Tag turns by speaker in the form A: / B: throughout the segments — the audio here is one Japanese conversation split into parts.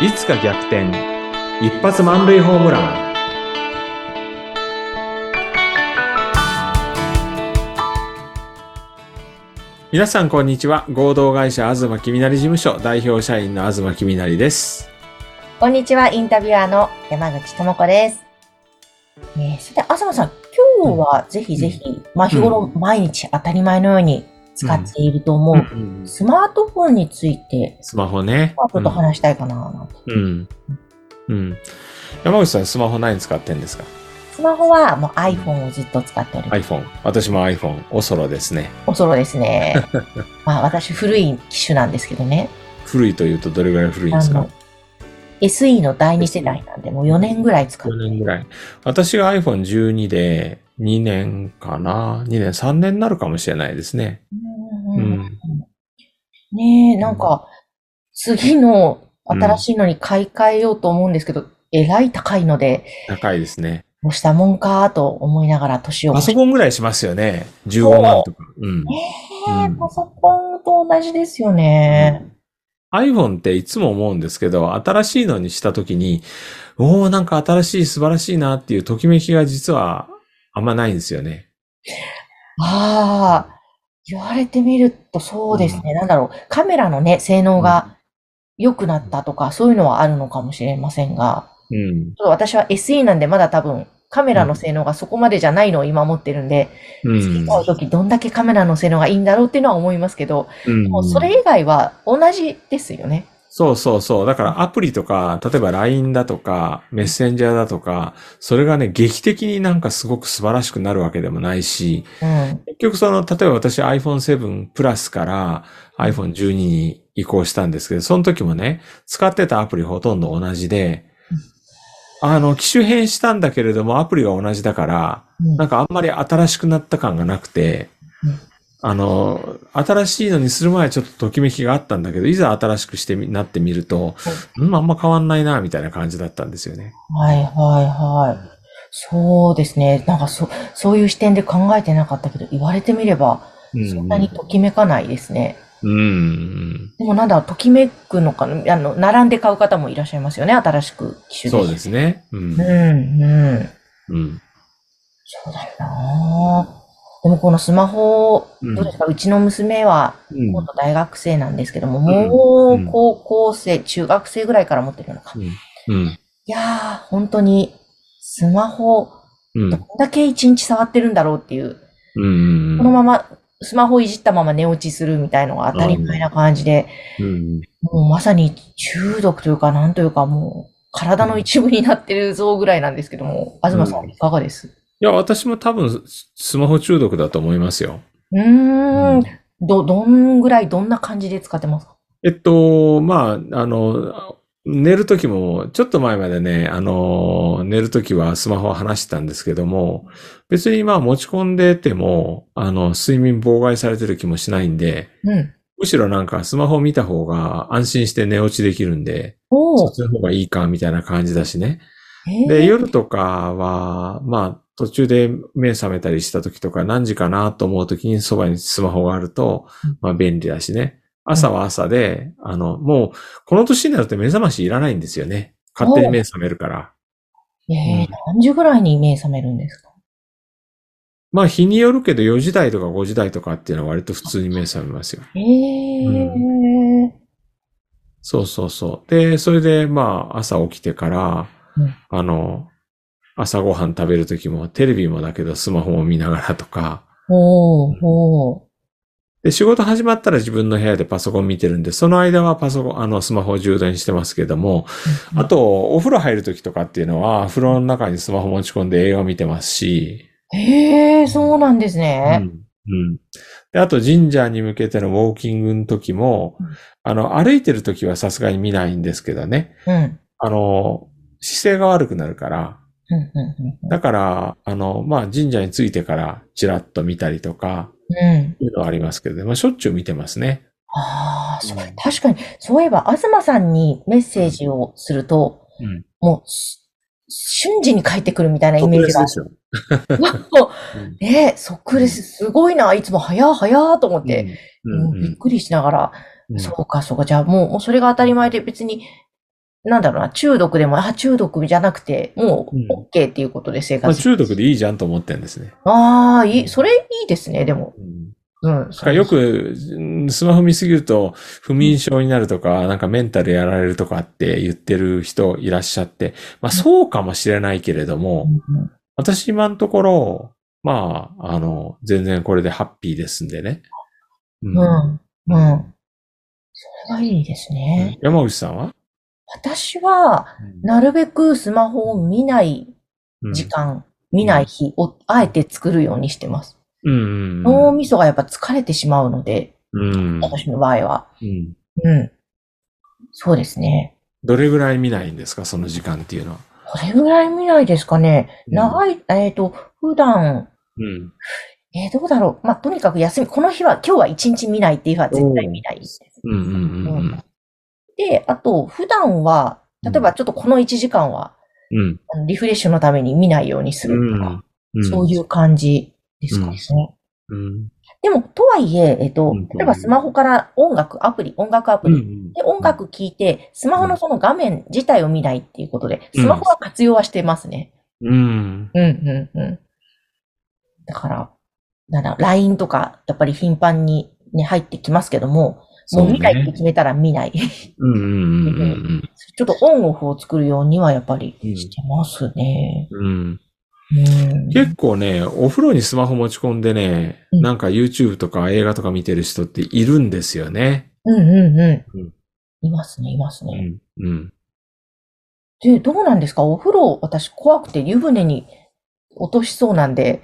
A: いつか逆転一発満塁ホームラン皆さんこんにちは合同会社東きみなり事務所代表社員の東きみなりです
B: こんにちは、インタビュアーの山口智子です。えー、さて、浅野さん、今日はぜひぜひ、まあ日頃毎日当たり前のように使っていると思う、スマートフォンについて、
A: スマホね
B: まあちょっと話したいかななんて、
A: うん、うんうん山口さんスマホ何使ってんですか
B: スマホはもう iPhone をずっと使っております。
A: iPhone 私も iPhone おそろですね
B: おそろです ね。まあ私古い機種なんですけどね。
A: 古いというとどれぐらい古いんで
B: あ
A: すか
B: の、SE の第2世代なんで、もう4年ぐらい使って
A: 4。年ぐらい。私が iPhone12 で2年かな ?2 年、3年になるかもしれないですね。う
B: うんうんうん
A: ん。
B: ねえ、なんか、次の新しいのに買い替えようと思うんですけど、えらい高いので、
A: 高いですね。
B: どうしたもんかと思いながら年を
A: パ
B: 越し
A: ソ
B: て。
A: コンぐらいしますよね。15万とか。うん。
B: ねえ
A: うん
B: パソコンと同じですよね。
A: iPhone っていつも思うんですけど、新しいのにしたときに、おおなんか新しい素晴らしいなっていうときめきが実はあんまないんですよね。
B: ああ、言われてみるとそうですね。なんだろう、カメラのね、性能が良くなったとか、そういうのはあるのかもしれませんが、
A: うん。
B: ちょっと私は SE なんでまだ多分、カメラの性能がそこまでじゃないのを今持ってるんで、
A: うん。
B: 買う時どんだけカメラの性能がいいんだろうっていうのは思いますけど、
A: うん
B: もうそれ以外は同じですよね。
A: そうそうそう。だからアプリとか、例えば LINE だとか、メッセンジャーだとか、それがね、劇的になんかすごく素晴らしくなるわけでもないし、
B: うん。
A: 結局その、例えば私 iPhone7 プラスから iPhone12 に移行したんですけど、その時もね、使ってたアプリほとんど同じで、あの、機種変したんだけれども、アプリが同じだから、
B: うん
A: なんかあんまり新しくなった感がなくて
B: うん、
A: あの、新しいのにする前はちょっとときめきがあったんだけど、いざ新しくしてみ、なってみると、うん、あんま変わんないな、みたいな感じだったんですよね。
B: はいはいはい。そうですね。なんかそ、そういう視点で考えてなかったけど、言われてみれば、
A: うん
B: そんなにときめかないですね。
A: うん。
B: でもなんだろう、ときめくのかな、あの、並んで買う方もいらっしゃいますよね、新しく機種
A: そう
B: で
A: ですね。うん
B: う。ん、うん。
A: うん。
B: そうだよなでもこのスマホ、
A: うん
B: どうですか、うちの娘は、
A: うん
B: 今度大学生なんですけども、
A: ん
B: も
A: うん
B: う高校生、中学生ぐらいから持ってるのか。
A: うん。
B: いやー、本当に、スマホ、
A: うん。
B: どんだけ一日触ってるんだろうっていう、
A: うん。
B: このまま、スマホいじったまま寝落ちするみたいのが当たり前な感じで、
A: うん。
B: もうまさに中毒というか、なんというかもう、体の一部になってるぞぐらいなんですけども、東さ
A: うん
B: ん、いかがです
A: いや、私も多分、ススマホ中毒だと思いますよ。
B: うーん、ど、どんぐらい、どんな感じで使ってますか
A: えっと、まあ、あの、寝るときも、ちょっと前までね、あの、寝るときはスマホを離してたんですけども、別にまあ持ち込んでても、あの、睡眠妨害されてる気もしないんで、
B: うん。
A: むしろなんかスマホ見た方が安心して寝落ちできるんで、そ
B: お
A: っ
B: ー
A: ちの方がいいか、みたいな感じだしね。
B: え
A: で、
B: ー
A: 夜とかは、まあ、途中で目覚めたりした時とか、何時かなと思う時にそばにスマホがあると
B: うん、
A: まあ便利だしね。朝は朝で、あの、もう、この年になると目覚ましいらないんですよね。勝手に目覚めるから。
B: え
A: うん
B: ー、何時ぐらいに目覚めるんですか
A: まあ日によるけど4時台とか5時台とかっていうのは割と普通に目覚めますよ。
B: えー、
A: そうそうそう。で、それでまあ朝起きてから
B: うん、
A: あの、朝ごはん食べる時もテレビもだけどスマホも見ながらとか、
B: おー、おー。
A: で、仕事始まったら自分の部屋でパソコン見てるんで、その間はパソコン、あの、スマホを充電してますけども、
B: うん
A: あと、お風呂入る時とかっていうのは、風呂の中にスマホ持ち込んで映画見てますし、
B: へえ、そうなんです
A: うん。
B: ね。
A: うん。で、あと、神社に向けてのウォーキングの時も
B: うん、
A: あの、歩いてる時はさすがに見ないんですけどね、
B: うん。うん、
A: あの、姿勢が悪くなるから、
B: うん、うん
A: だから、あの、まあ、神社に着いてからチラッと見たりとか、
B: うん。うん。
A: いうのはありますけどね、まあ、しょっちゅう見てますね。
B: ああ、そう
A: うん
B: 確かに、そういえば、東さんにメッセージをすると、
A: うん
B: もうし、瞬時に返ってくるみたいなイメージが。
A: しょ。うん
B: ねえ、そっくりです。すごいな。いつも早い早いと思って、
A: うん、
B: もうびっくりしながら、
A: うん
B: そうか、そうか。じゃあもう、もうそれが当たり前で別に、なんだろうな、中毒でも、あ、中毒じゃなくて、も
A: うん
B: う OK っていうことで生
A: まあ、
B: 活。
A: 中毒でいいじゃんと思ってるんですね。
B: ああ、いい、それいいですね、でも。うん。
A: だからよく、うんスマホ見すぎると不眠症になるとか、なんかメンタルやられるとかって言ってる人いらっしゃって、まあそうかもしれないけれども、
B: うん
A: 私今のところ、まあ、あの、全然これでハッピーですんでね。う
B: うん。うん。うんそれがいいですね。
A: 山口さんは
B: 私は、なるべくスマホを見ない
A: うん
B: 時間、見ない日をあえて作るようにしてます。
A: うんうん
B: 脳みそがやっぱ疲れてしまうので、
A: うん。
B: 私の場合は。
A: うん
B: うん。そうですね。
A: どれぐらい見ないんですかその時間っていうのは。
B: これぐらい見ないですかね。長い、えっ、と、普段、
A: うん。
B: えーどうだろう。まあ、とにかく休み、この日は、今日は一日見ないっていう日は絶対見ないです。
A: うんうんうんうん。
B: で、あと、普段は、例えばちょっとこの1時間は、
A: うん。
B: あのリフレッシュのために見ないようにするとか、そういう感じですかね。
A: うん。
B: でも、とはいえ、えっ、と
A: うん、
B: 例えばスマホから音楽、アプリ、音楽アプ
A: うんう
B: リ、
A: ん。
B: で、音楽聴いて、スマホのその画面自体を見ないっていうことで、
A: うん
B: スマホは活用はしてますね。
A: うん。
B: うん、うん、うん。だから、なんだ、LINE とか、やっぱり頻繁に、ね、入ってきますけども、もう見ないって決めたら見ない。
A: うんうんうんうん
B: ちょっとオンオフを作るようにはやっぱりしてますね。
A: うん。うん。
B: うん。
A: 結構ね、お風呂にスマホ持ち込んでね、
B: うん
A: なんか YouTube とか映画とか見てる人っているんですよね。
B: うんうん
A: うん
B: うん。いますね、います
A: う
B: ね。
A: ん。うん。
B: で、どうなんですかお風呂、私怖くて湯船に落としそうなんで、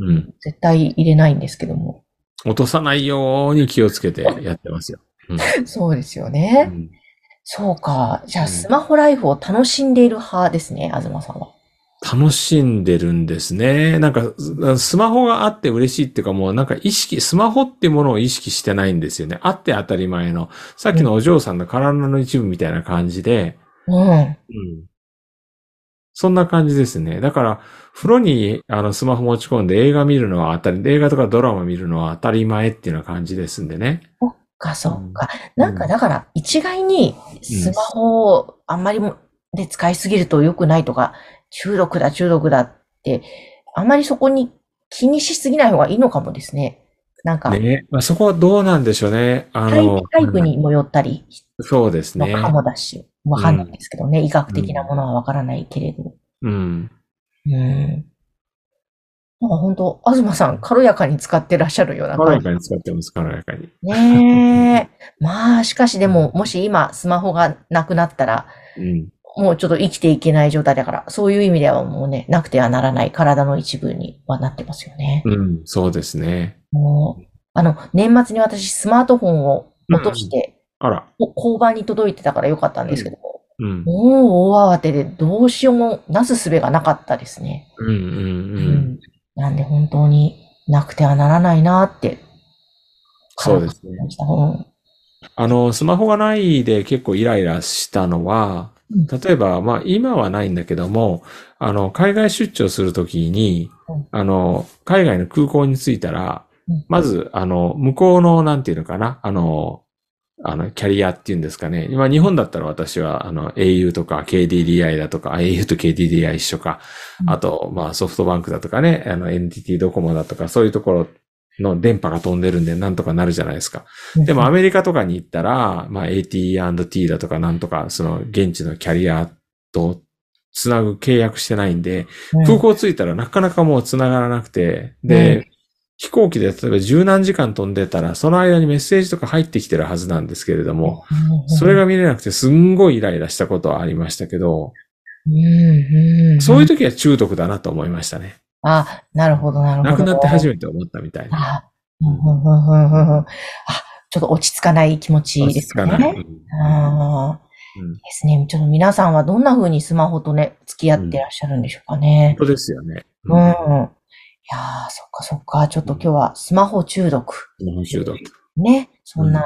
A: うん。
B: 絶対入れないんですけども。
A: 落とさないように気をつけてやってますよ。
B: そうですよ
A: う
B: ね。
A: ん
B: そうか。じゃ
A: う
B: あ、
A: ん
B: スマホライフを楽しんでいる派ですね、東さんは。
A: 楽しんでるんですね。なんか、ススマホがあって嬉しいっていうかもうなんか意識、スマホってものを意識してないんですよね。あって当たり前の。さっきのお嬢さんの体の一部みたいな感じで、
B: うん。
A: うんそんな感じですね。だから、風呂にあのスマホ持ち込んで映画見るのは当たり、映画とかドラマ見るのは当たり前っていうような感じですんでね。
B: か、そうか。
A: うん
B: なんか、だから、一概にスマホをあんまりもで使いすぎると良くないとか、中毒だ、中毒だって、あんまりそこに気にしすぎない方がいいのかもですね。なんか、
A: ね。まあ、そこはどうなんでしょうね。あ
B: タイ
A: の
B: プ、タイプにもよったり
A: そうです
B: の
A: ね。
B: かもだし、わかんないですけどね。医学的なものはわからないけれど。
A: うん。
B: うん。なんか本当、東さん、軽やかに使ってらっしゃるような
A: 軽
B: 感
A: や
B: じ
A: かに使ってます、軽やかに。
B: ねえ。まあ、しかしでも、もし今、スマホがなくなったら、
A: うん。
B: もうちょっと生きていけない状態だから、そういう意味ではもうね、なくてはならない体の一部にはなってますよね。
A: うん、そうですね。
B: もう、あの、年末に私、スマートフォンを落として、
A: あら。
B: こ交番に届いてたからよかったんですけども、
A: うん。
B: もう大慌てでどうしようもなすすべがなかったですね。
A: うんうんうん。
B: なんで本当になくてはならないなって
A: そうですね。
B: 感じた。うん
A: あの、スマホがないで結構イライラしたのは、
B: うん
A: 例えば、まあ今はないんだけども、あの、海外出張するときに
B: うん、
A: あの、海外の空港に着いたら
B: うん、
A: まず、あの、向こうの、なんていうのかな、あの、あの、キャリアっていうんですかね。今、日本だったら私は、あの、au とか KDDI だとか、あ au と KDDI 一緒か
B: う。ん
A: あと、まあ、ソフトバンクだとかね、あの、NTT ドコモだとか、そういうところの電波が飛んでるんで、なんとかなるじゃないですか。でもアメリカとかに行ったら、まあ AT&T だとかなんとか、その現地のキャリアとつなぐ契約してないんで、
B: うん
A: 空港着いたらなかなかもうつながらなくて、で、
B: う
A: 飛行機で例えば十何時間飛んでたら、その間にメッセージとか入ってきてるはずなんですけれども、それ、が見れなくてすんごいイライラしたことはありましたけど、
B: うんうんうん
A: そういう時は中毒だなと思いましたね。
B: あ、なるほど、なるほど。
A: 亡くなって初めて思ったみたいな。
B: あ、うんうんうんうんうんうんあ、ちょっと落ち着かない気持ちですね。
A: 落ち着かない。
B: あー
A: うん
B: ですね。ちょっと皆さんはどんな風にスマホとね、付き合ってらっしゃるんでしょうか
A: 本
B: ね。
A: 当ですよね。
B: うん。いやー、そっかそっか。ちょっと今日はスマホ中毒。
A: うん中毒。
B: ね。そんな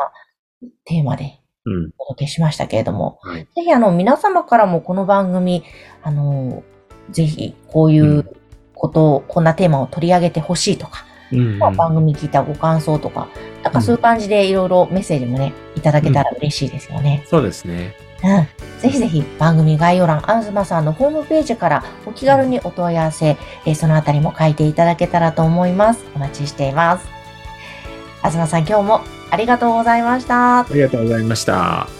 B: テーマで
A: うん。
B: お届けしましたけれども。
A: はい
B: ぜひあの、皆様からもこの番組、あのー、ぜひこういうことを、こんなテーマを取り上げてほしいとか、
A: うん
B: まあ、番組聞いたご感想とか、なんかそういう感じでいろいろメッセージもね、いただけたら嬉しいですよね。
A: そうですね。
B: うん、ぜひぜひ番組概要欄、東さんのホームページからお気軽にお問い合わせ、えーそのあたりも書いていただけたらと思います。お待ちしています。東さん、今日もありがとうございました。
A: ありがとうございました。